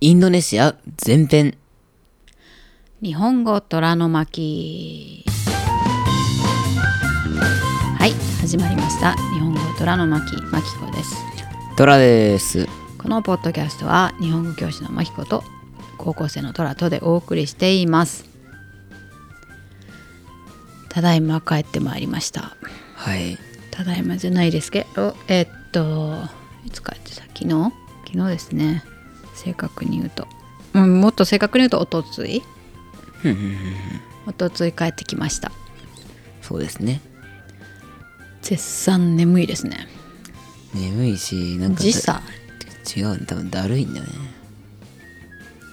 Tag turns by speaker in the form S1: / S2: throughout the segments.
S1: インドネシア前編
S2: 日本語虎の巻はい始まりました日本語虎の巻巻子です
S1: トラです
S2: このポッドキャストは日本語教師の巻子と高校生の虎とでお送りしていますただいま帰ってまいりました
S1: はい
S2: ただいまじゃないですけどえっといつ帰ってた昨日昨日ですね正確に言うとうんもっと正確に言うとおとついおとつい帰ってきました
S1: そうですね
S2: 絶賛眠いですね
S1: 眠いしなんか
S2: 時差
S1: 違う多分だるいんだよね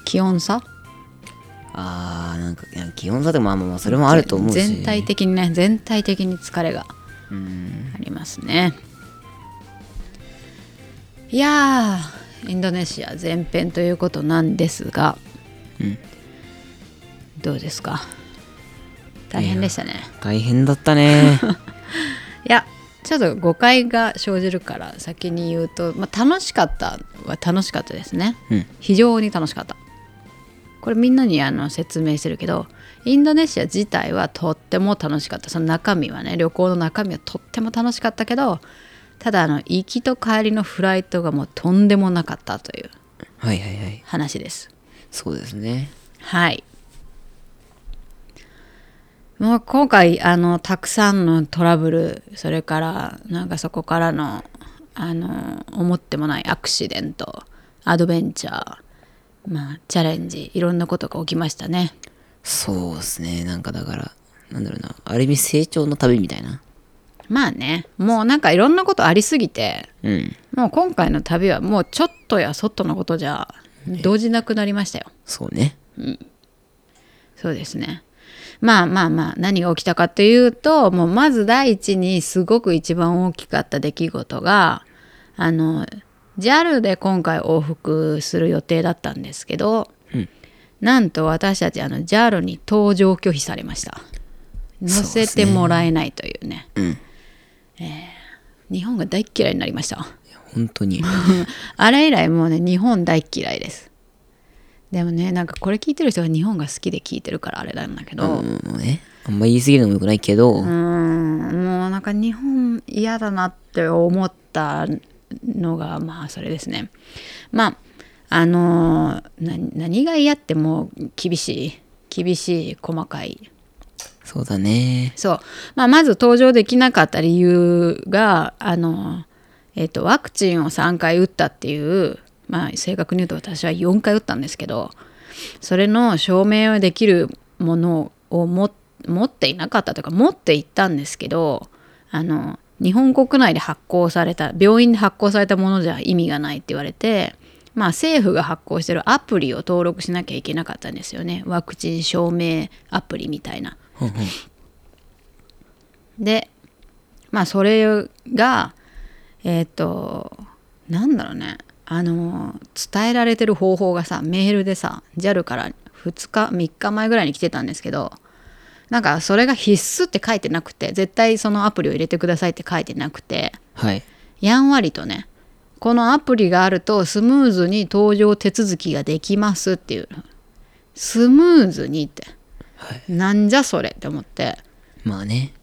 S2: 気温差
S1: あーなんかいや気温差でもまあまあまあそれもあると思うし
S2: 全体的にね全体的に疲れが
S1: うん
S2: ありますねいやーインドネシア前編ということなんですが、
S1: うん
S2: どうですか大変でしたね
S1: 大変だった ね
S2: いやちょっと誤解が生じるから先に言うと、まあ、楽しかったは楽しかったですね
S1: うん
S2: 非常に楽しかったこれみんなにあの説明してるけどインドネシア自体はとっても楽しかったその中身はね旅行の中身はとっても楽しかったけどただあの行きと帰りのフライトがもうとんでもなかったという
S1: はいはいはい
S2: 話です
S1: そうですね
S2: はいもう今回あのたくさんのトラブルそれからなんかそこからのあの思ってもないアクシデントアドベンチャー、まあ、チャレンジいろんなことが起きましたね
S1: そうですねなんかだからなんだろうなある意味成長の旅みたいな
S2: まあねもうなんかいろんなことありすぎて
S1: うん
S2: もう今回の旅はもうちょっとやそっとのことじゃ動じなくなりましたよ
S1: そうね
S2: そうですね。まあまあまあ何が起きたかというともうまず第一にすごく一番大きかった出来事があの JAL で今回往復する予定だったんですけど、
S1: うん
S2: なんと私たちあの JAL に搭乗拒否されました乗せてもらえないというね
S1: うん
S2: えー日本が大っ嫌いになりました
S1: いや本当 に
S2: あれ以来もうね日本大っ嫌いですでもねなんかこれ聞いてる人が日本が好きで聞いてるからあれなんだけど、
S1: うんもうねあんま言い過ぎるのもよくないけど、
S2: うーんもうなんか日本嫌だなって思ったのがまあそれですねまああのーな何が嫌ってもう厳しい厳しい細かい
S1: そうだね
S2: そう、まあ、まず登場できなかった理由があの、えっとワクチンを3回打ったっていう、まあ、正確に言うと私は4回打ったんですけどそれの証明をできるものをも持っていなかったというか持っていったんですけどあの日本国内で発行された病院で発行されたものじゃ意味がないって言われて、まあ、政府が発行してるアプリを登録しなきゃいけなかったんですよねワクチン証明アプリみたいな。
S1: うんうん
S2: でまあそれがえっ、となんだろうねあの伝えられてる方法がさメールでさ JAL から2日3日前ぐらいに来てたんですけどなんかそれが必須って書いてなくて絶対そのアプリを入れてくださいって書いてなくて
S1: はい
S2: やんわりとねこのアプリがあるとスムーズに搭乗手続きができますっていうスムーズにって、
S1: はい
S2: なんじゃそれって思って
S1: まあね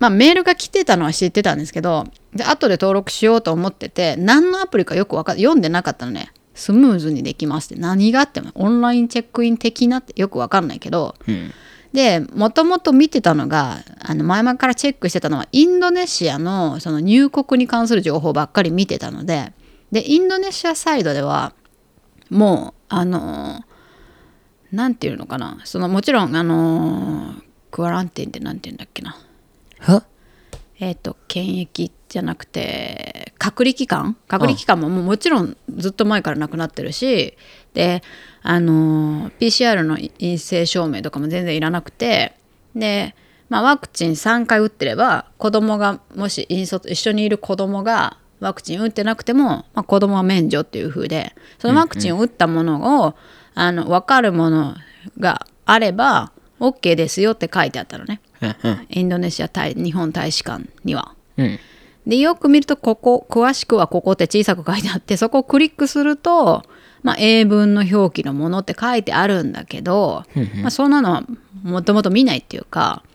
S2: まあ、メールが来てたのは知ってたんですけどで後で登録しようと思ってて何のアプリかよくわか読んでなかったのねスムーズにできますって何があってもオンラインチェックイン的なってよくわかんないけど
S1: うん
S2: でもともと見てたのがあの前々からチェックしてたのはインドネシアのその入国に関する情報ばっかり見てたのででインドネシアサイドではもうあのなんていうのかなそのもちろんあのクアランティンってなんていうんだっけな
S1: は
S2: えー、と検疫じゃなくて隔離期間隔離期間ももうもちろんずっと前からなくなってるしで、あのー PCR の陰性証明とかも全然いらなくてで、まあ、ワクチン3回打ってれば子供がもし引率一緒にいる子供がワクチン打ってなくても、まあ、子供は免除っていう風でそのワクチンを打ったものを、あの分かるものがあれば OK ですよって書いてあったのね。
S1: うんうん
S2: インドネシア大日本大使館には。
S1: うん
S2: でよく見るとここ詳しくはここって小さく書いてあってそこをクリックすると、まあ、英文の表記のものって書いてあるんだけど、まあ、そんなのはもともと見ないっていうかっ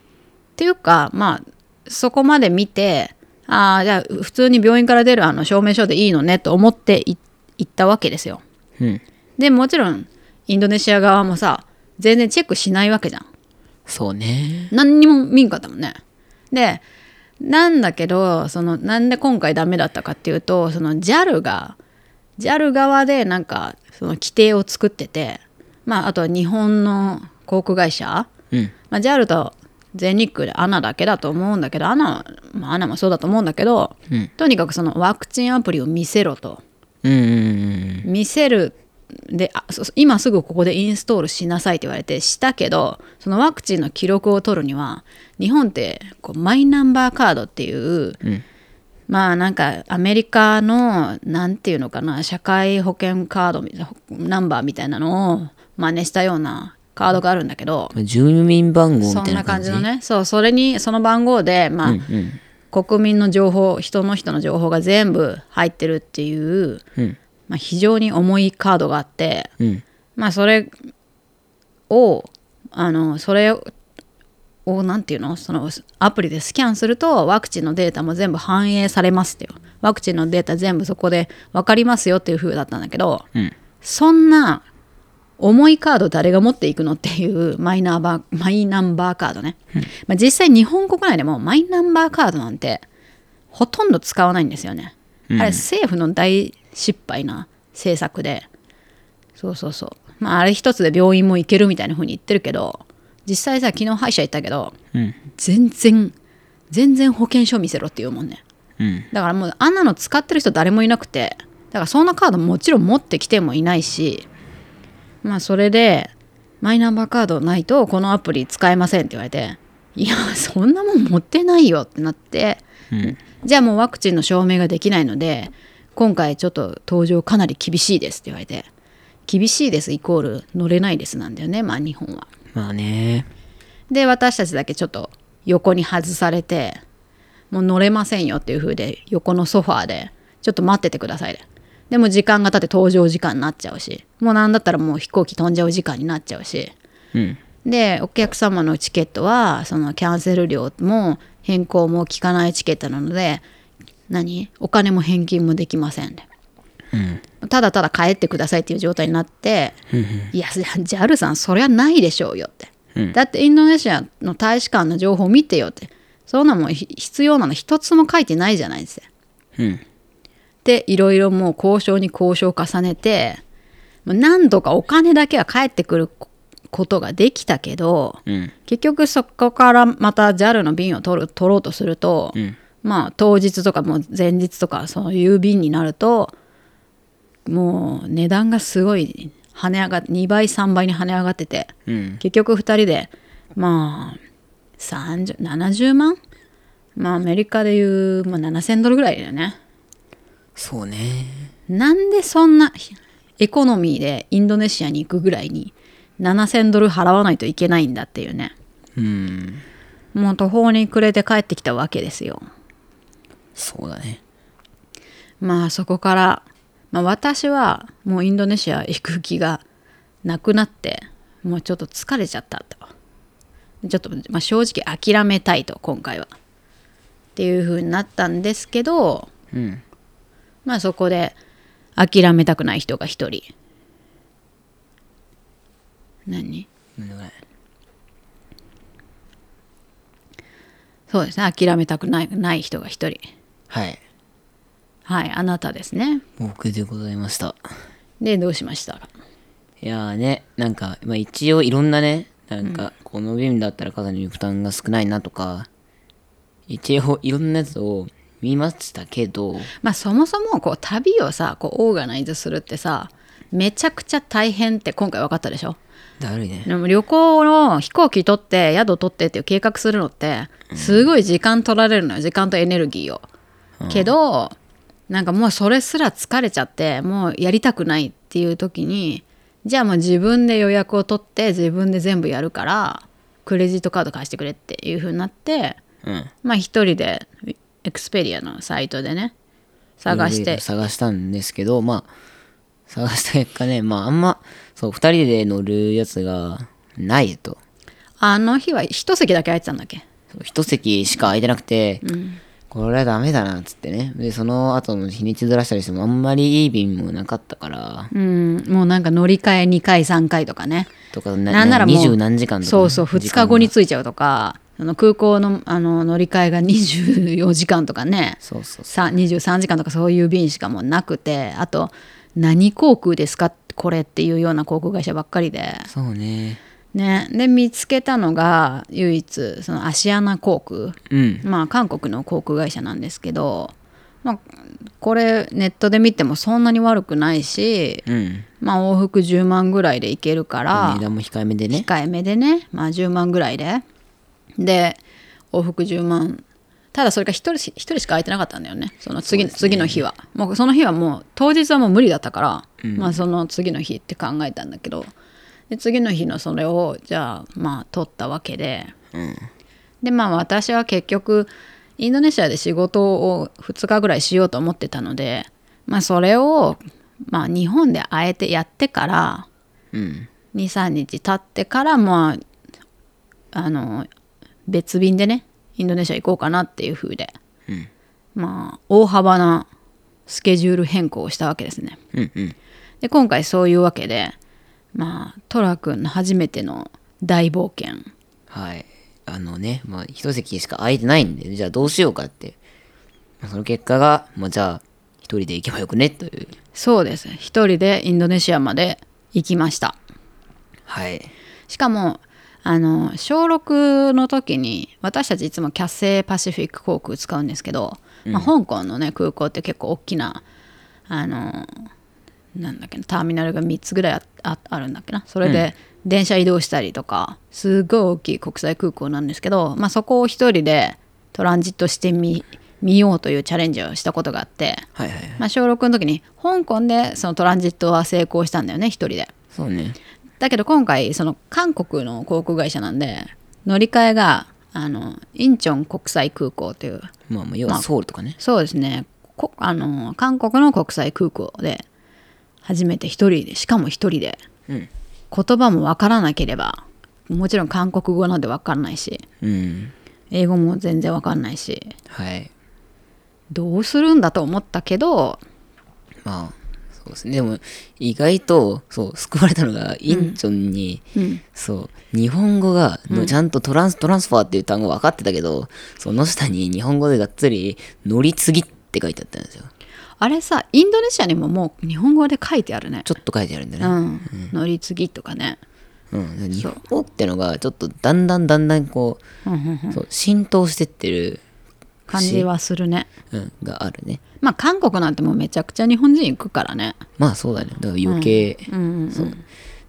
S2: ていうかまあそこまで見てああじゃあ普通に病院から出るあの証明書でいいのねと思ってい行ったわけですよ。
S1: うん。
S2: でもちろんインドネシア側もさ全然チェックしないわけじゃん。
S1: そうね。
S2: 何にも見んかったもんね。でなんだけどそのなんで今回ダメだったかっていうとその JAL が JAL 側でなんかその規定を作っててまああとは日本の航空会社、
S1: うん。
S2: まあ、JAL と全日空で ANA だけだと思うんだけど ANA は、まあ、ANA もそうだと思うんだけど、
S1: うん
S2: とにかくそのワクチンアプリを見せろと。
S1: うんうん
S2: 見せるであそ今すぐここでインストールしなさいって言われてしたけどそのワクチンの記録を取るには日本ってこうマイナンバーカードっていう、
S1: ん
S2: まあなんかアメリカのなんていうのかな社会保険カードみたいなナンバーみたいなのを真似したようなカードがあるんだけど、
S1: うん。住民番号み
S2: そ
S1: た
S2: ん
S1: い
S2: な
S1: な
S2: 感
S1: 感
S2: じ
S1: じ。
S2: のねそうそれにその番号でまあ、
S1: うん
S2: 国民の情報人の人の情報が全部入ってるっていう、
S1: うん
S2: まあ、非常に重いカードがあって
S1: うん。
S2: まあそれをあのそれをなんていうのそのアプリでスキャンするとワクチンのデータも全部反映されますっていうワクチンのデータ全部そこで分かりますよっていう風だったんだけど、
S1: うん
S2: そんな重いカード誰が持っていくのっていう マイナンバーマイナンバーカードね、まあ、実際日本国内でもマイナンバーカードなんてほとんど使わないんですよね、あれ政府の大失敗な政策でそうそうそうまああれ一つで病院も行けるみたいな風に言ってるけど実際さ昨日歯医者行ったけど、
S1: うん
S2: 全然全然保険証見せろって言うもんね
S1: うん。
S2: だからもうあんなの使ってる人誰もいなくてだからそんなカードもちろん持ってきてもいないしまあそれでマイナンバーカードないとこのアプリ使えませんって言われていやそんなもん持ってないよってなって、
S1: ん
S2: じゃあもうワクチンの証明ができないので今回ちょっと登場かなり厳しいですって言われて厳しいですイコール乗れないですなんだよねまあ日本は。
S1: まあね。
S2: で私たちだけちょっと横に外されてもう乗れませんよっていう風で横のソファーでちょっと待っててくださいででも時間が経って搭乗時間になっちゃうしもうなんだったらもう飛行機飛んじゃう時間になっちゃうし
S1: うん。
S2: でお客様のチケットはそのキャンセル料も変更も効かないチケットなので何お金も返金もできませんで
S1: うん。
S2: ただただ帰ってくださいっていう状態になって、いや、JAL さん、そりゃないでしょうよって。だって、インドネシアの大使館の情報を見てよって。そんなもんひ必要なの一つも書いてないじゃないですか。
S1: うん。
S2: で、いろいろもう交渉に交渉を重ねて、もう何度かお金だけは返ってくるこことができたけど、
S1: うん。
S2: 結局そこからまた JAL の便を取る取ろうとすると、
S1: ん
S2: まあ当日とかもう前日とかそういう便になるともう値段がすごい跳ね上が2倍3倍に跳ね上がってて
S1: うん。
S2: 結局2人でまあ30 70万まあアメリカでいう、まあ、7000ドルぐらいだよね
S1: そうね。
S2: なんでそんなエコノミーでインドネシアに行くぐらいに7000ドル払わないといけないんだっていうね
S1: うん。
S2: もう途方に暮れて帰ってきたわけですよ。
S1: そうだね。
S2: まあそこから、まあ、私はもうインドネシア行く気がなくなってもうちょっと疲れちゃったとちょっと、まあ、正直諦めたいと今回はっていう風になったんですけど
S1: うん。
S2: まあそこで諦めたくない人が一人何
S1: なんでもない。
S2: そうですね諦めたくないない人が一人
S1: はい。
S2: はいあなたですね
S1: 僕でございました。
S2: でどうしましたか
S1: いやーね、なんか、まあ、一応いろんなね、なんか、この便だったら肩に負担が少ないなとか、一応いろんなやつを見ましたけど、
S2: まあそもそもこう旅をさこうオーガナイズするってさめちゃくちゃ大変って今回分かったでしょ
S1: だるいね。
S2: でも旅行の飛行機取って宿取ってっていう計画するのってすごい時間取られるのよ時間とエネルギーを。けどなんかもうそれすら疲れちゃってもうやりたくないっていう時にじゃあもう自分で予約を取って自分で全部やるからクレジットカード貸してくれっていう風になって
S1: うん。
S2: まあ一人でエクスペリアのサイトでね探し
S1: いろい
S2: て
S1: ろ探したんですけど、まあ、探した結果ね、まああんま、そう、二人で乗るやつがないと。
S2: あの日は一席だけ空いてたんだっけ
S1: そう一席しか空いてなくて、これはダメだな、っつってね。で、その後の日にちずらしたりしても、あんまりいい便もなかったから、
S2: うんもうなんか乗り換え2回3回とかね
S1: とか、
S2: なんならもう
S1: 二十何時間とかね、
S2: そうそう2
S1: 時
S2: 日
S1: 間
S2: 後に着いちゃうとかあの空港のあの乗り換えが24時間とかね
S1: そうそうそ
S2: さ23時間とかそういう便しかもうなくてあと何航空ですかこれっていうような航空会社ばっかりで
S1: う。そうね。
S2: ねで見つけたのが唯一そのアシアナ航空
S1: うん。
S2: まあ韓国の航空会社なんですけど、まあ、これネットで見てもそんなに悪くないし、
S1: うん。
S2: まあ、往復10万ぐらいで行けるから
S1: 値段も控えめでね。
S2: 控えめでね、まあ、10万ぐらいでで往復10万ただそれが1人し一人しか空いてなかったんだよねその次次の日はもうその日はもう当日はもう無理だったから、まあ、その次の日って考えたんだけどで次の日のそれをじゃあまあ取ったわけで、でまあ私は結局インドネシアで仕事を2日ぐらいしようと思ってたので、まあ、それを、まあ、日本であえてやってから
S1: うん。
S2: 23日経ってからまああの別便でねインドネシア行こうかなっていう風で、
S1: ん
S2: まあ大幅なスケジュール変更をしたわけですね
S1: うんうん。
S2: で今回そういうわけでまあトラ君の初めての大冒険
S1: はい。あのね、まあ、一席しか空いてないんで、じゃあどうしようかって。まあその結果が、まあ、じゃあ、一人で行けばよくね、という。
S2: そうです一人でインドネシアまで行きました
S1: はい。
S2: しかもあの小6の時に私たちいつもキャセイパシフィック航空使うんですけど、まあ、香港のね空港って結構大きなあのなんだっけなターミナルが3つぐらいあああるんだっけなそれで電車移動したりとかすごい大きい国際空港なんですけど、まあ、そこを一人でトランジットしてみ見ようというチャレンジをしたことがあって、
S1: はいはい。
S2: まあ、小6の時に香港でそのトランジットは成功したんだよね一人で。
S1: そうね。
S2: だけど今回その韓国の航空会社なんで乗り換えがあのインチョン国際空港という
S1: まあまあ、要はソウルとかね。
S2: そうですねこあの韓国の国際空港で初めて一人でしかも一人で
S1: うん。
S2: 言葉もわからなければもちろん韓国語なんてわかんないし
S1: うん。
S2: 英語も全然わかんないし
S1: はい。
S2: どうするんだと思ったけど
S1: まあ、そうですね。でも、意外と、そう、救われたのが、インチョンに、そう、日本語が、のちゃんとトランス、トランスファーっていう単語分かってたけど、その下に日本語でがっつり、乗り継ぎって書いてあったんですよ。
S2: あれさインドネシアにももう日本語で書いてあるね
S1: ちょっと書いてあるんだね。
S2: うん、乗り継ぎとかね
S1: うん、日本語ってのがちょっとだんだんだんだんこう,、そう浸透してってる、
S2: 感じはするね
S1: うん、があるね
S2: まあ韓国なんてもうめちゃくちゃ日本人行くからね。
S1: まあそうだねだから余計、
S2: うんうん
S1: そう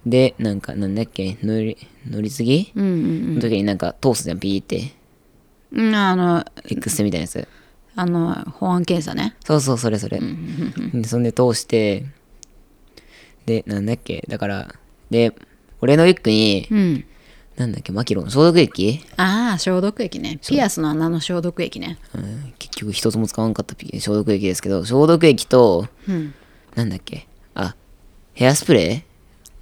S1: でなんかなんだっけ乗り乗り継ぎ、
S2: うんうん
S1: の時になんか通すじゃんピーって
S2: うん。あの、
S1: X 線みたいなやつ
S2: あの、保安検査ね。
S1: そうそうそれそれ、でそんで通してでなんだっけだからで俺のリュックに、
S2: うん。
S1: なんだっけマキロン消毒液、
S2: ああ、消毒液ね。ピアスの穴の消毒液ね。
S1: うん、結局一つも使わんかったピ消毒液ですけど消毒液と
S2: うん。
S1: なんだっけあヘアスプレ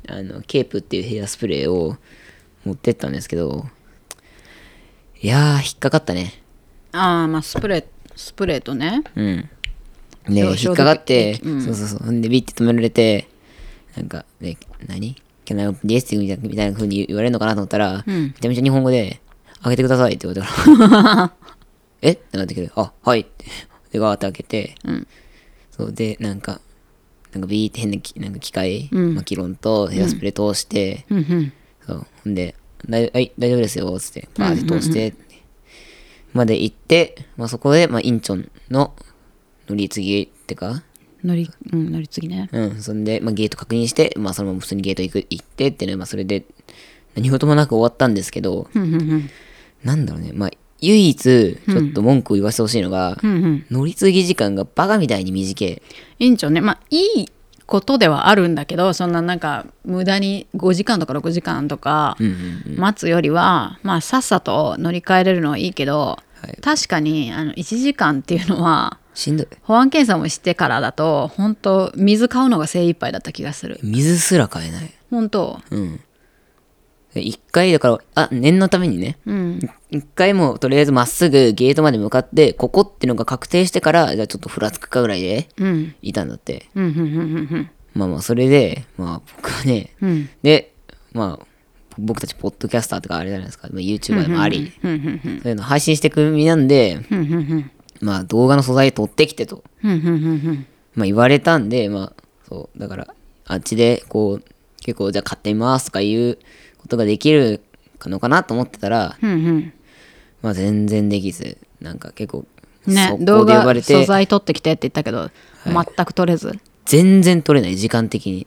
S1: ーあのケープっていうヘアスプレーを持ってったんですけどいやー引っかかったね
S2: ああ、まあスプレー、スプレーとね。
S1: うんで
S2: 消
S1: 引っかかって
S2: 消、毒液うん
S1: そうそうそうんでビッて止められてなんか「ね、何 ?Can I open this?」みたいなみたいな風に言われるのかなと思ったら、めちゃめちゃ日本語で「開けてください」って言われたから「 えっ?」てなったけど「あはい」ってでガーって開けて、そうでなんかなんかビーって変なきなんか機械、マキロンとヘアスプレー通して、
S2: うんうん。
S1: そうほんで「だいはい大丈夫ですよ」つってパーって通して、まで行って、まあ、そこで、まあ、インチョンの乗り継ぎってか
S2: 乗り、うん、乗り継ぎね。
S1: うんそんで、まあ、ゲート確認して、まあ、そのまま普通にゲート行く行ってってね、まあ、それで何事もなく終わったんですけど、
S2: うんうんうん。
S1: なんだろうねまあ唯一ちょっと文句を言わせてほしいのが、
S2: うんうん。
S1: 乗り継ぎ時間がバカみたいに短い
S2: 院長ね、まあいいことではあるんだけど、そんななんか無駄に5時間とか6時間とか
S1: うんうん
S2: 待つよりは、まあさっさと乗り換えれるのはいいけど、
S1: はい
S2: 確かにあの1時間っていうのは
S1: しんどい
S2: 保安検査もしてからだと本当水買うのが精一杯だった気がする
S1: 水すら買えない
S2: 本当
S1: うんで一回だからあ念のためにね
S2: うん
S1: 一回もうとりあえずまっすぐゲートまで向かってここってのが確定してからじゃあちょっとふらつくかぐらいで
S2: うん
S1: いたんだって
S2: うんうんうんうん
S1: まあまあそれでまあ僕はね
S2: うんうん
S1: でまあ僕たちポッドキャスターとかあれじゃないですか、まあ、YouTuber でもあり、
S2: うんうん
S1: そういうの配信していく身なんで
S2: うんうんうん
S1: まあ動画の素材取ってきてと、
S2: うんうんうん
S1: まあ、言われたんでまあそうだからあっちでこう結構じゃあ買ってみますとかいうことができるのかなと思ってたら、
S2: うんうん
S1: まあ全然できずなんか結構
S2: ね
S1: 速
S2: 動
S1: 攻で呼ば
S2: 画
S1: れ
S2: 素
S1: て
S2: 材撮ってきてって言ったけど、全く撮れず
S1: 全然撮れない時間的に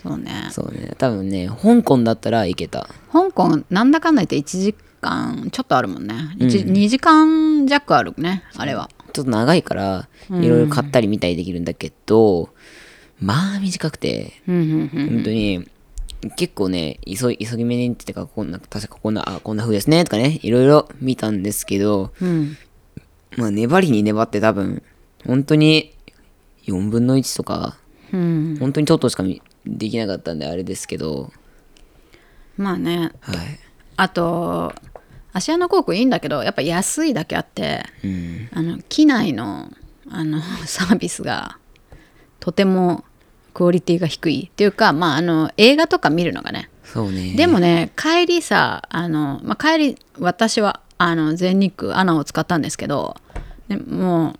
S2: そうね
S1: そうね多分ね香港だったらいけた
S2: 香港なんだかんだ言って1時間ちょっとあるもんね、一2時間弱あるねあれは
S1: ちょっと長いからいろいろ買ったり見たりできるんだけど、まあ短くて
S2: うんうんうん
S1: 本当に結構ね急い急ぎ目にってかこんな確かこんなあこんな風ですねとかねいろいろ見たんですけど、
S2: うん
S1: まあ、粘りに粘って多分本当に4分の1とか
S2: うん
S1: 本当にちょっとしか見できなかったんであれですけど
S2: まあね
S1: はい
S2: あと芦屋の航空いいんだけどやっぱ安いだけあって
S1: うん
S2: あの機内のあの サービスがとてもクオリティが低いっていうかまああの映画とか見るのがね
S1: そうね
S2: でもね帰りさあの、まあ、帰り私はあの全日空アナを使ったんですけどでもう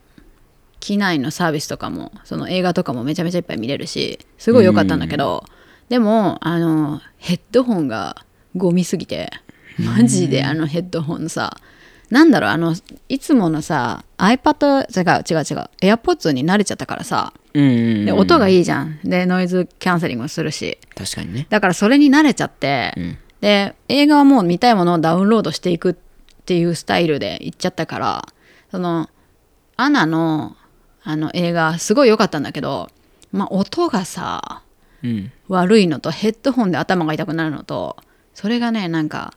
S2: 機内のサービスとかもその映画とかもめちゃめちゃいっぱい見れるしすごい良かったんだけど、でもあのヘッドホンがゴミすぎてマジであのヘッドホンさなんだろうあのいつものさ iPad 違う違う違う AirPods に慣れちゃったからさ
S1: うんうんうん
S2: で音がいいじゃんでノイズキャンセリングもするし
S1: 確かにね
S2: だからそれに慣れちゃって、で映画はもう見たいものをダウンロードしていくっていうスタイルで行っちゃったからそのアナのあの映画すごい良かったんだけど、まあ、音がさ
S1: うん
S2: 悪いのとヘッドホンで頭が痛くなるのとそれがねなんか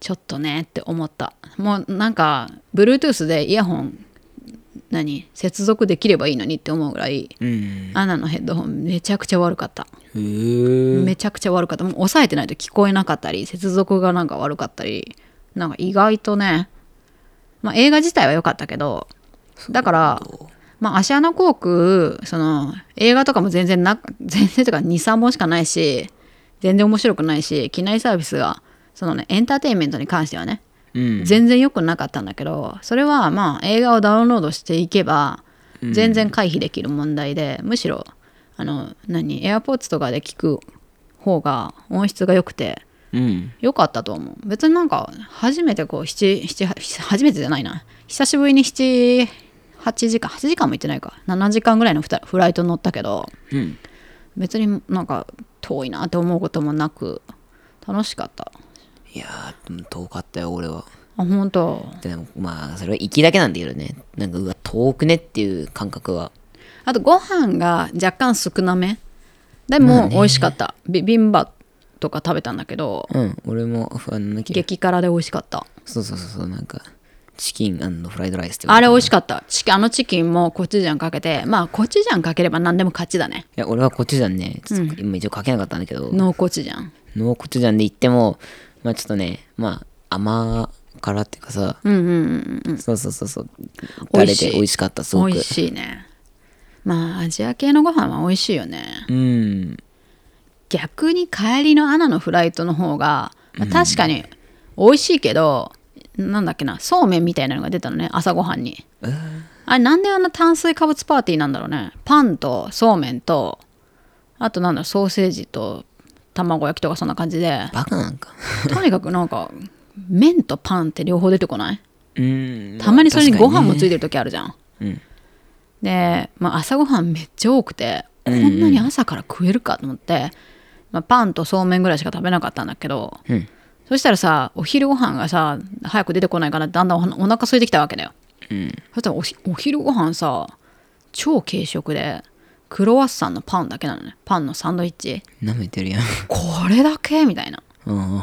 S2: ちょっとねって思ったもうなんか Bluetooth でイヤホン何接続できればいいのにって思うぐらい
S1: うん
S2: アナのヘッドホンめちゃくちゃ悪かった。
S1: へー
S2: めちゃくちゃ悪かったもう抑えてないと聞こえなかったり接続がなんか悪かったりなんか意外とね、まあ、映画自体は良かったけどだからまあ芦屋の航空その映画とかも全然な全然とか23本しかないし全然面白くないし機内サービスがそのねエンターテインメントに関してはね
S1: うん
S2: 全然良くなかったんだけどそれはまあ映画をダウンロードしていけば全然回避できる問題で、むしろあの何 AirPods とかで聞く方が音質が良くて
S1: うん
S2: 良かったと思う別になんか初めてこう七七八初めてじゃないな久しぶりに78時間8時間も行ってないか7時間ぐらいのフタフライト乗ったけど
S1: うん
S2: 別になんか遠いなって思うこともなく楽しかった
S1: いやーでも遠かったよ俺は
S2: あ本当
S1: でもまあそれは行きだけなんだけどねなんかうわ遠くねっていう感覚は
S2: あとご飯が若干少なめでも美味しかった、ビビンバとか食べたんだけど
S1: うん俺もふあのなんだっけ
S2: 激辛で美味しかった
S1: そうそうそうそうなんかチキンフライドライスって
S2: あれ美味
S1: しい
S2: しかったチキンあのチキンもコチュジャンかけてまあコチュジャンかければ何でも勝ちだね
S1: や俺はコチュジャンねちょっと今一応かけなかったんだけど、
S2: ノーコチュジャン
S1: ノーコチュジャンで行ってもまあちょっとねまあ甘辛っていうかさ、
S2: うんうんうん
S1: そうそうそうそう
S2: 美
S1: 垂
S2: 味
S1: れ
S2: しい
S1: て美味しかったす
S2: うん
S1: ごく
S2: 美味しいねまあアジア系のご飯は美味しいよね
S1: うん
S2: 逆に帰りのアナのフライトの方が、まあ確かに美味しいけどなんだっけなそうめんみたいなのが出たのね朝ごはんにあれなんであんな炭水化物パーティーなんだろうねパンとそうめんとあとなんだろうソーセージと卵焼きとかそんな感じで
S1: バカなんか
S2: とにかくなんか麺とパンって両方出てこない
S1: うん
S2: たまにそれにご飯もつ
S1: い
S2: いてる時あるじゃん、
S1: うん
S2: で、まあ、朝ごはんめっちゃ多くてこんなに朝から食えるかと思って、まあ、パンとそうめんぐらいしか食べなかったんだけど、
S1: うん
S2: そしたらさお昼ご飯がさ早く出てこないからだんだんおお腹空いてきたわけだよ、そしたらおひお昼ご飯さ超軽食でクロワッサンのパンだけなのねパンのサンドイッチ
S1: なめてるやん
S2: これだけみたいな
S1: うんうんうんう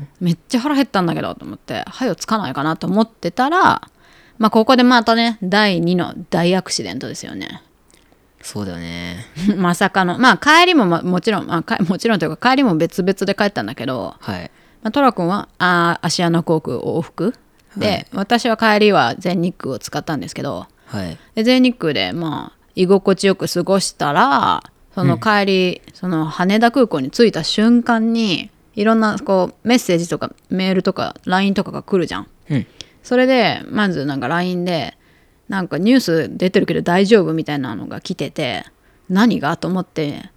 S1: ん
S2: めっちゃ腹減ったんだけどと思って早よつかないかなと思ってたらまあここでまたね第2の大アクシデントですよね
S1: そうだよね。
S2: まさかのまあ帰りもまもちろん、まあか、もちろんというか帰りも別々で帰ったんだけど、
S1: はい。
S2: まあ、トラ君はあーアシアナ航空往復で、私は帰りは全日空を使ったんですけど
S1: はい。
S2: で全日空でまあ居心地よく過ごしたらその帰り、その羽田空港に着いた瞬間にいろんなこうメッセージとかメールとか LINE とかが来るじゃん。
S1: うん。
S2: それでまずなんか LINE でなんかニュース出てるけど大丈夫みたいなのが来てて何がと思って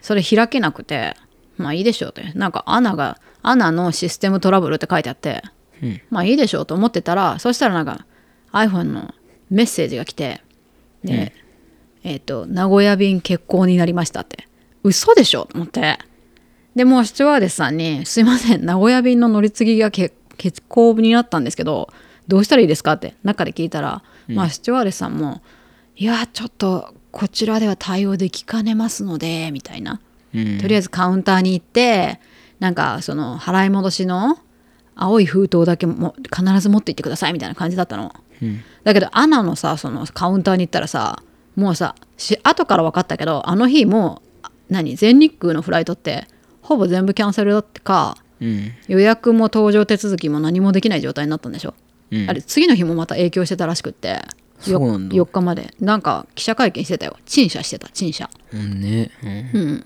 S2: それ開けなくてまあいいでしょうってなんかアナがアナのシステムトラブルって書いてあって、
S1: うん
S2: まあいいでしょうと思ってたらそしたらなんか iPhone のメッセージが来てで、えっ、と名古屋便欠航になりましたって嘘でしょと思ってでもうスチュワーデスさんに「すいません名古屋便の乗り継ぎがけ欠航になったんですけどどうしたらいいですか?」って中で聞いたら、まあスチュワーデスさんも「いやちょっとこちらでは対応できかねますので」みたいな、
S1: うん。
S2: とりあえずカウンターに行ってなんかその払い戻しの青い封筒だけも必ず持って行ってくださいみたいな感じだったの。
S1: うん。
S2: だけどアナのさそのカウンターに行ったらさもうさし後から分かったけどあの日もうあ何全日空のフライトってほぼ全部キャンセルだってか
S1: うん。
S2: 予約も搭乗手続きも何もできない状態になったんでしょ、
S1: うん
S2: あれ次の日もまた影響してたらしくって
S1: そ
S2: よ
S1: うなんだ
S2: 4日までなんか記者会見してたよ陳謝してた陳謝
S1: うんね。うん。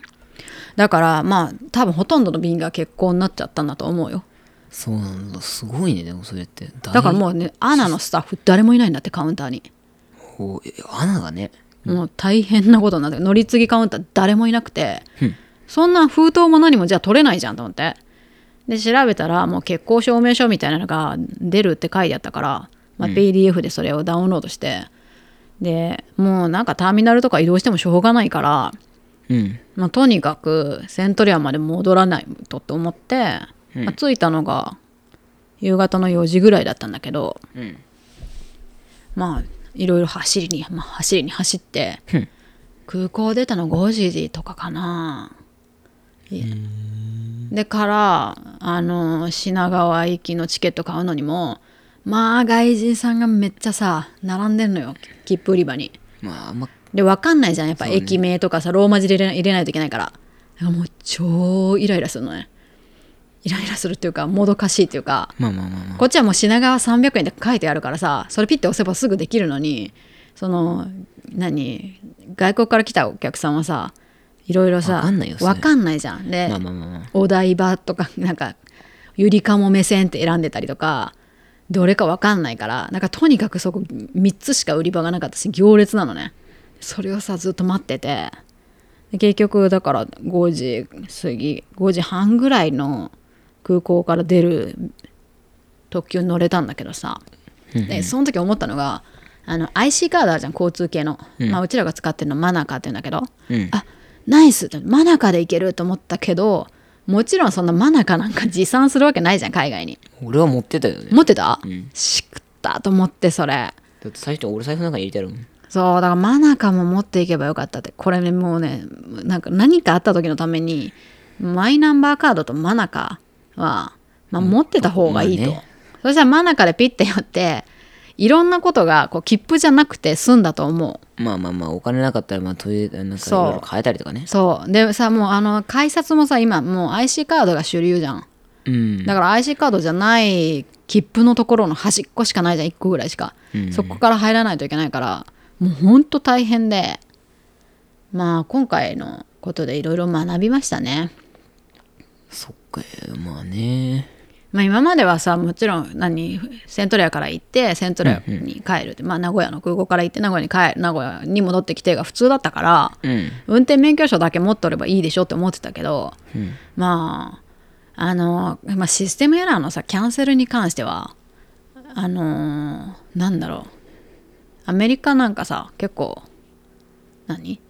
S2: だからまあ多分ほとんどの便が欠航になっちゃったんだと思うよ
S1: そうなんだ。すごいね、でもそれって。だ
S2: だからもうねアナのスタッフ誰もいないんだってカウンターに
S1: こう、え穴がね。
S2: もう大変なことになって乗り継ぎカウンター誰もいなくて、
S1: うん
S2: そんな封筒も何もじゃあ取れないじゃんと思ってで調べたらもう結婚証明書みたいなのが出るって書いてあったから、まあ、PDF でそれをダウンロードして、でもうなんかターミナルとか移動してもしょうがないから、
S1: うん。
S2: まあ、とにかくセントリアまで戻らないとと思って、まあ着いたのが夕方の4時ぐらいだったんだけど、
S1: うん
S2: まあいろいろ走りに、まあ、走りに走って、
S1: うん
S2: 空港出たの5時とかかな。いでからあの品川行きのチケット買うのにもまあ外人さんがめっちゃさ並んでんのよ切符売り場に。
S1: まあ、あんま、
S2: で分かんないじゃんやっぱ駅名とかさ、ローマ字で入れ入れないといけないからだからもう超イライラするのねイライラするっていうかもどかしいっていうか
S1: まあまあまあまあ。
S2: こっちはもう品川300円って書いてあるからさそれピッて押せばすぐできるのにその何外国から来たお客さんはさいろいろ
S1: わ
S2: さ
S1: かんないよそれ
S2: わかんないじゃんで、
S1: まあまあまあまあ。
S2: お台場とか なんかゆりかも目線って選んでたりとかどれかわかんないからなんかとにかくそこ3つしか売り場がなかったし行列なのねそれをさずっと待っててで結局だから5時過ぎ5時半ぐらいの空港から出る特急に乗れたんだけどさでその時思ったのがあの IC カードあるじゃん交通系の、まあ、うちらが使ってるのマナカって言うんだけど、
S1: うん
S2: あナイスってマナカで行けると思ったけどもちろんそんなマナカなんか持参するわけないじゃん海外に
S1: 俺は持ってたよね。
S2: 持ってた、
S1: ん
S2: しくったと思ってそれ
S1: だって最初俺財布の中に入れてあるもん。
S2: そうだからマナカも持っていけばよかったってこれねもうねなんか何かあった時のためにマイナンバーカードとマナカは、まあ、持ってた方がいいと、
S1: まあね
S2: そしたらマナカでピッてやっていろんなことがこう切符じゃなくて済んだと思う
S1: まあまあまあ、お金なかったら、まあ、トイレ、なんかい
S2: そう
S1: ろいろ変えたりとかね。
S2: そうでさもうあの改札もさ今もう IC カードが主流じゃん
S1: うん。
S2: だから IC カードじゃない切符のところの端っこしかないじゃん1個ぐらいしか、そこから入らないといけないからもうほんと大変でまあ今回のことでいろいろ学びましたね。
S1: そっか、まあね。
S2: まあ、今まではさもちろん何セントレアから行ってセントレアに帰るって、まあ、名古屋の空港から行って名古屋に帰る名古屋に戻ってきてが普通だったから、
S1: うん。
S2: 運転免許証だけ持っとればいいでしょって思ってたけど、まああの、まあ、システムエラーのさキャンセルに関してはあのーなんだろうアメリカなんかさ結構何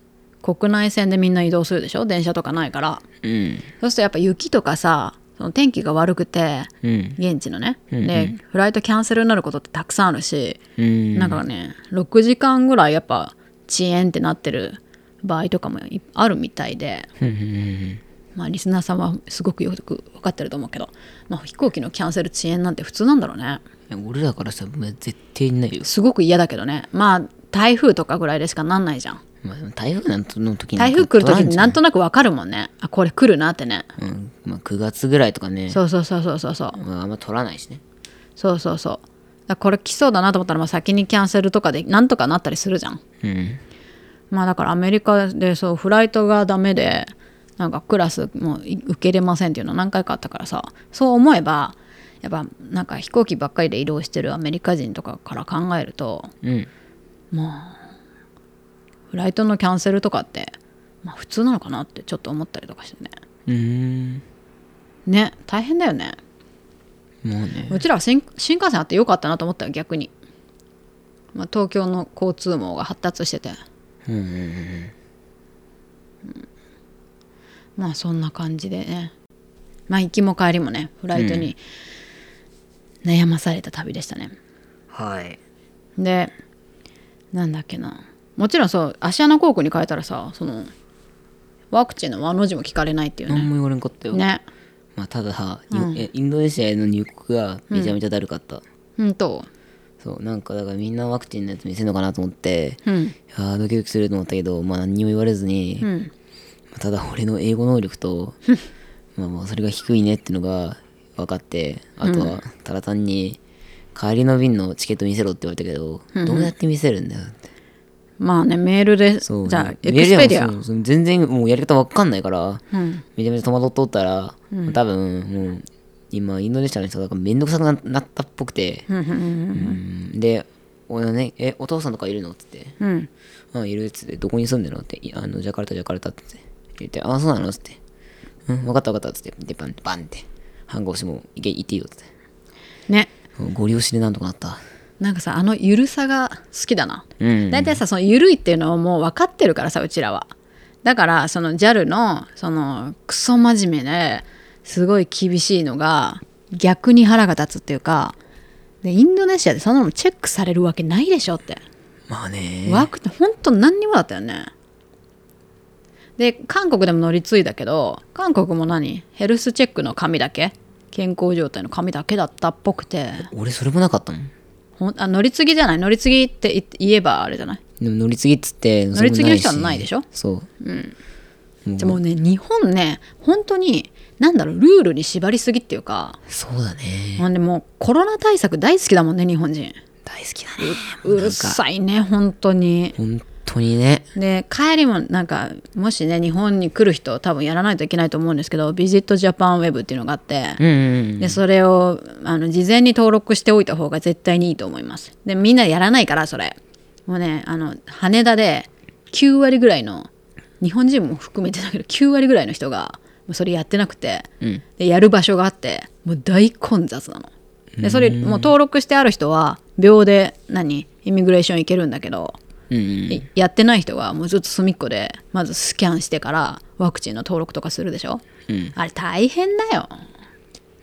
S2: 国内線でみんな移動するでしょ電車とかないから
S1: うん。
S2: そうするとやっぱ雪とかさその天気が悪くて
S1: うん。
S2: 現地のね、でフライトキャンセルになることってたくさんあるし、
S1: うん。
S2: なんかね6時間ぐらいやっぱ遅延ってなってる場合とかもいあるみたいで
S1: うんうんうん
S2: まあ、リスナーさんはすごくよく分かってると思うけど、まあ、飛行機のキャンセル遅延なんて普通なんだろうね
S1: 俺だからさ、もう絶対にないよ。
S2: すごく嫌だけどねまあ台風とかぐらいでしかなんないじゃん
S1: まあ、でも台風なんとの時に
S2: 台風来る時になん
S1: と
S2: となく分かるもんねあこれ来るなってね
S1: なく。うん。まあ、9月ぐらいとかね。
S2: そうそうそうそうそうそう
S1: まあ、あんま取らないしね。
S2: そうそうそうだからこれ来そうだなと思ったら、まあ、先にキャンセルとかでなんとかなったりするじゃん
S1: うん。
S2: まあだからアメリカでそうフライトがダメでなんかクラスもう受けれませんっていうの何回かあったからさそう思えばやっぱなんか飛行機ばっかりで移動してるアメリカ人とかから考えると
S1: うん。
S2: フライトのキャンセルとかって、まあ、普通なのかなってちょっと思ったりとかしてね
S1: うーん。
S2: ね大変だよね
S1: もうね。
S2: うちらは新新幹線あってよかったなと思ったよ逆に、まあ、東京の交通網が発達してて
S1: うんうんうん。
S2: まあそんな感じでねまあ行きも帰りもねフライトに悩まされた旅でしたね、
S1: はい。
S2: でなんだっけなもちろんそう芦屋の高校に変えたらさそのワクチンの和の字も聞かれないっていう
S1: 何
S2: ね
S1: も言われんかったよ。
S2: ね
S1: まあ、ただ、にえインドネシアへの入国がめちゃめちゃだるかった。
S2: うんと
S1: そう、なんかだからみんなワクチンのやつ見せるのかなと思って、
S2: うん
S1: いやードキドキすると思ったけど、まあ何にも言われずに、
S2: うん
S1: まあただ俺の英語能力 と、まあまあそれが低いねってのが分かって、あとはただ単に帰りの便のチケット見せろって言われたけど、どうやって見せるんだよって。
S2: まあねメールでじ
S1: そう
S2: ゃあエ
S1: メ
S2: クスペディ
S1: ールで
S2: ア
S1: もそうそう全然もうやり方わかんないから、
S2: うん
S1: めちゃめちゃ戸惑っとったら、多分もう今インドネシアの人がめんどくさくななったっぽくて、
S2: うんうん
S1: うんで俺のね「えお父さんとかいるの?」っつって
S2: うんうん
S1: 「うんいる」っつって「どこに住んでるの?」ってい「あのジャカルタジャカルタ」って言って「あそうなの?」っつって「うん分かった分かった」っつってでバンバンって半号してもう「いけ行っていいよ」っつって
S2: ね
S1: うんご利用しでなんとかなった
S2: なんかさあのゆるさが好きだな
S1: うん
S2: 大体さその緩いっていうのをもう分かってるからさうちらはだからその JAL のそのクソ真面目ですごい厳しいのが逆に腹が立つっていうかでインドネシアでそんなのチェックされるわけないでしょって
S1: まあね
S2: ワークって本当何にもだったよねで韓国でも乗り継いだけど韓国も何ヘルスチェックの紙だけ健康状態の紙だけだったっぽくて
S1: 俺それもなかったもん
S2: ほんあ乗り継ぎじゃない乗り継ぎってい言えばあれじゃない
S1: でも乗り継ぎっつって
S2: 乗り継ぎの人はないでしょ
S1: それも
S2: じゃあもうね日本ね本当になんだろうルールに縛りすぎっていうか
S1: そうそうだね
S2: ほんでもうコロナ対策大好きだもんね日本人
S1: 大好きだね
S2: うるさいね本当に
S1: 本当にね
S2: で帰りもなんかもしね日本に来る人多分やらないといけないと思うんですけどビジットジャパンウェブっていうのがあって、
S1: うんうん
S2: でそれをあの事前に登録しておいた方が絶対にいいと思いますでみんなやらないからそれもうねあの羽田で9割ぐらいの日本人も含めてだけど9割ぐらいの人がもうそれやってなくて、
S1: うん
S2: でやる場所があってもう大混雑なのでそれもう登録してある人は秒で何イミグレーション行けるんだけど
S1: うんうん
S2: やってない人はもうずっと隅っこでまずスキャンしてからワクチンの登録とかするでしょ、あれ大変だよ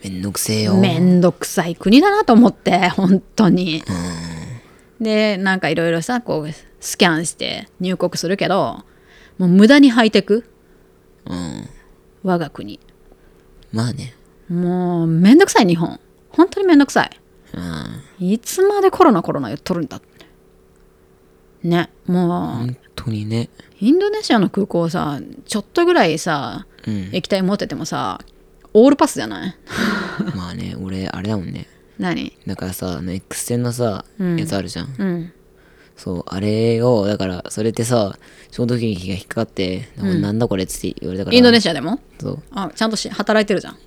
S1: めんどくせえよ
S2: めんどくさい国だなと思って本当にでなんかいろいろさこうスキャンして入国するけどもう無駄にハイテク
S1: うん
S2: 我が国
S1: まあね
S2: もうめんどくさい日本本当にめんどくさい
S1: うん
S2: いつまでコロナコロナ言っとるんだってねもう
S1: 本当にね
S2: インドネシアの空港さちょっとぐらい
S1: う
S2: さ、
S1: ん
S2: 液体持っててもさオールパスじゃない
S1: まあね俺あれだもんね
S2: 何
S1: だからさあの X 線のさ、やつあるじゃん
S2: うん
S1: そうあれをだからそれってさ消毒液が引っかかって「なんだこれ」っつって言われたから
S2: インドネシアでも
S1: そう
S2: あちゃんとし働いてるじゃん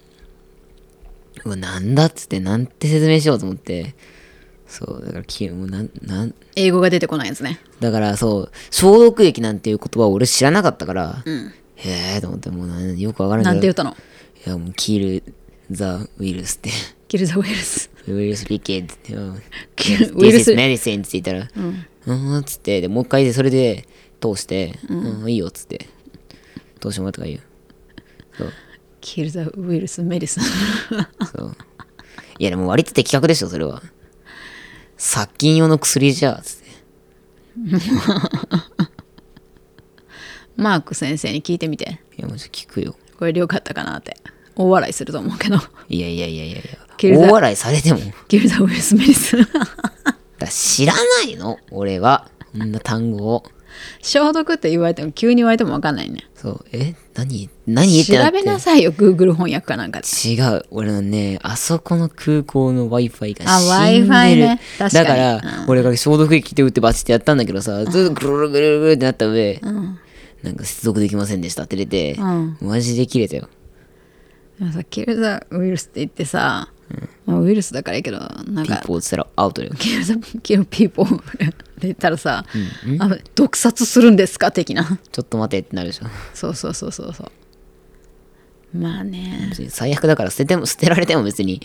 S1: うわなんだっつってなんて説明しようと思ってそうだからきもうなんなん
S2: 英語が出てこないやつね
S1: だからそう消毒液なんていう言葉を俺知らなかったから、へえと思ってもうなよくわから
S2: なんん
S1: け
S2: て
S1: ど
S2: 言ったの
S1: いやもうキール・ザ・ウイルスって
S2: キルザウイ ルス。
S1: ウイルス・リケッってうん
S2: キルウ
S1: This
S2: イル
S1: is
S2: ス。
S1: medicine って言ったら、うん、ーんっつって、でもう一回でそれで通して、うん、いいよっつって、通してもらったからいいよ。そう。
S2: キルザウイルスメディス ン。
S1: そう。いや、でも割と的確でしょ、それは。殺菌用の薬じゃあ、つって。
S2: マーク先生に聞いてみて。
S1: いや、もうちょっと聞くよ。
S2: ここれでよかったかなって大笑いすると思うけど
S1: いやいやいやいやい
S2: キ
S1: や
S2: ルザ
S1: 大笑いされても
S2: ギルダ・ウィル・スミリス
S1: だ知らないの俺はこんな単語を
S2: 消毒って言われても急に言われても分かんないね
S1: そうえ何何ってな
S2: 調
S1: って
S2: べなさいよ Google 翻訳かなんかで
S1: 違う俺はねあそこの空港の w i f i が
S2: あ
S1: 死んでる
S2: Wi-Fi ね確かに
S1: だから、俺が消毒液で打ってバチってやったんだけどさずっとぐるぐるぐるぐるってなった上、なんか接続できませんでしたって出て、
S2: ん
S1: マジで切れたよ
S2: でもさキル・ザ・ウイルスって言ってさ、まあ、ウイルスだからいいけどなん
S1: ピ
S2: か
S1: ーポーってたらアウトだよ
S2: キル・ザ・キル・ピーポーって言ったらさ、あの毒殺するんですか的な
S1: ちょっと待てってなるでしょ
S2: そうそうそうそうそうまあね
S1: 別に最悪だから捨てても捨てられても別に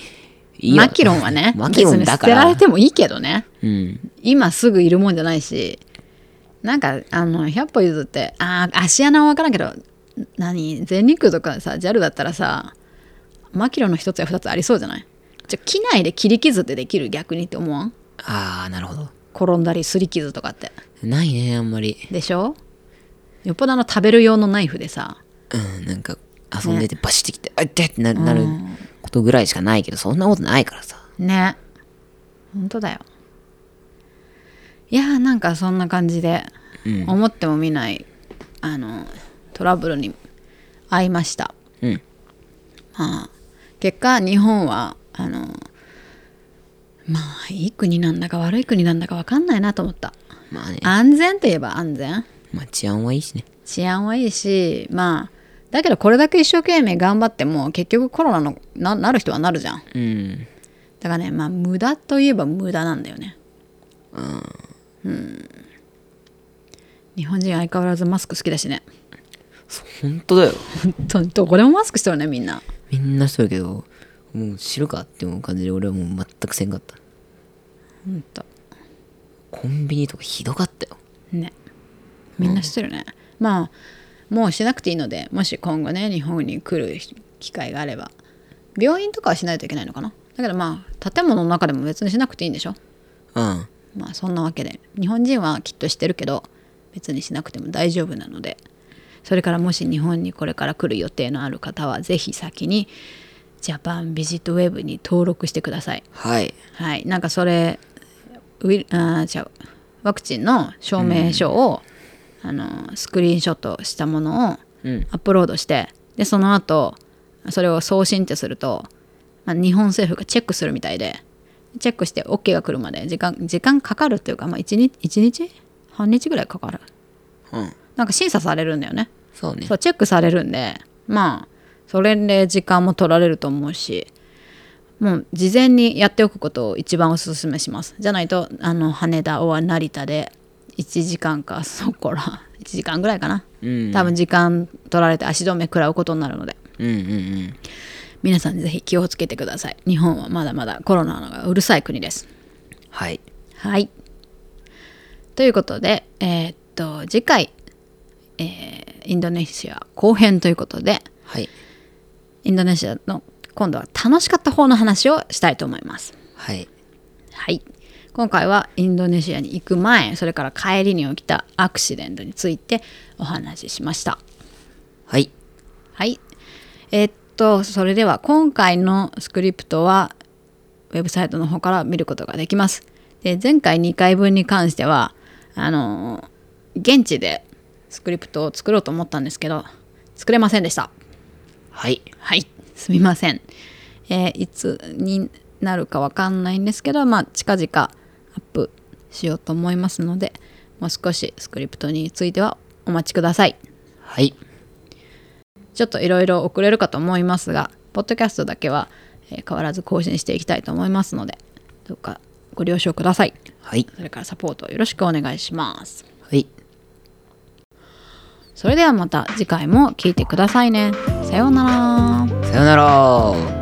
S1: いいよ
S2: マキロンはね
S1: マキロンだか
S2: 別に捨てら
S1: ら
S2: れてもいいけどね
S1: うん
S2: 今すぐいるもんじゃないしなんかあの100歩譲ってあー芦穴は分からんけど何全日空とかさ JAL だったらさマキロの一つや二つありそうじゃないじゃあ機内で切り傷ってできる逆にって思わん
S1: ああなるほど
S2: 転んだりすり傷とかって
S1: ないねあんまり
S2: でしょよっぽどあの食べる用のナイフでさ
S1: うんなんか遊んでてバシってきて、あってってななることぐらいしかないけどそんなことないからさ
S2: ね本当だよいやーなんかそんな感じで、思ってもみないあのトラブルに遭いました
S1: うん
S2: まあ結果日本はあのまあいい国なんだか悪い国なんだか分かんないなと思った
S1: まあね
S2: 安全といえば安全
S1: まあ治安はいいしね
S2: 治安はいいしまあだけどこれだけ一生懸命頑張っても結局コロナのななる人はなるじゃん
S1: うん
S2: だからねまあ無駄といえば無駄なんだよねうん日本人相変わらずマスク好きだしね
S1: 本当だよ
S2: 本当にどこでもマスクしてるねみんな
S1: みんなそうやけどもう知るかっていう感じで俺はもう全くせんかった
S2: 本当
S1: コンビニとかひどかったよ
S2: ねみんなしてるね、まあもうしなくていいのでもし今後ね日本に来る機会があれば病院とかはしないといけないのかなだけどまあ建物の中でも別にしなくていいんでしょ
S1: うん
S2: まあそんなわけで日本人はきっとしてるけど別にしなくても大丈夫なのでそれからもし日本にこれから来る予定のある方はぜひ先にジャパンビジットウェブに登録してください
S1: はい
S2: はいなんかそれウィルあー違うワクチンの証明書を、あのスクリーンショットしたものを
S1: うん
S2: アップロードしてでその後それを送信ってすると、まあ、日本政府がチェックするみたいでチェックして OK が来るまで時間時間かかるっていうか、まあ、1日一日半日ぐらいかかる
S1: うん
S2: なんか審査されるんだよね
S1: そうね
S2: そうチェックされるんでまあそれで時間も取られると思うしもう事前にやっておくことを一番おすすめしますじゃないとあの羽田は成田で1時間かそこら1時 間ぐらいかな、
S1: うん
S2: 多分時間取られて足止め食らうことになるので
S1: うんうんうん
S2: 皆さんぜひ気をつけてください日本はまだまだコロナのがうるさい国です
S1: はい
S2: はい。ということで、えーっと、次回、えーインドネシア後編ということで、
S1: はい
S2: インドネシアの今度は楽しかった方の話をしたいと思います。
S1: はい
S2: はい。今回はインドネシアに行く前、それから帰りに起きたアクシデントについてお話ししました。
S1: はい
S2: はい。えーっと、それでは今回のスクリプトは、ウェブサイトの方から見ることができます。で、前回2回分に関しては、あのー現地でスクリプトを作ろうと思ったんですけど、作れませんでした。
S1: はい
S2: はい。すみません。えーいつになるかわかんないんですけど、まあ、近々アップしようと思いますので、もう少しスクリプトについてはお待ちください。
S1: はい
S2: ちょっといろいろ遅れるかと思いますが、ポッドキャストだけは、えー変わらず更新していきたいと思いますので、どうかご了承ください。
S1: はい
S2: それからサポートをよろしくお願いします。
S1: はい
S2: それではまた次回も聞いてくださいね。さようなら。
S1: さよなら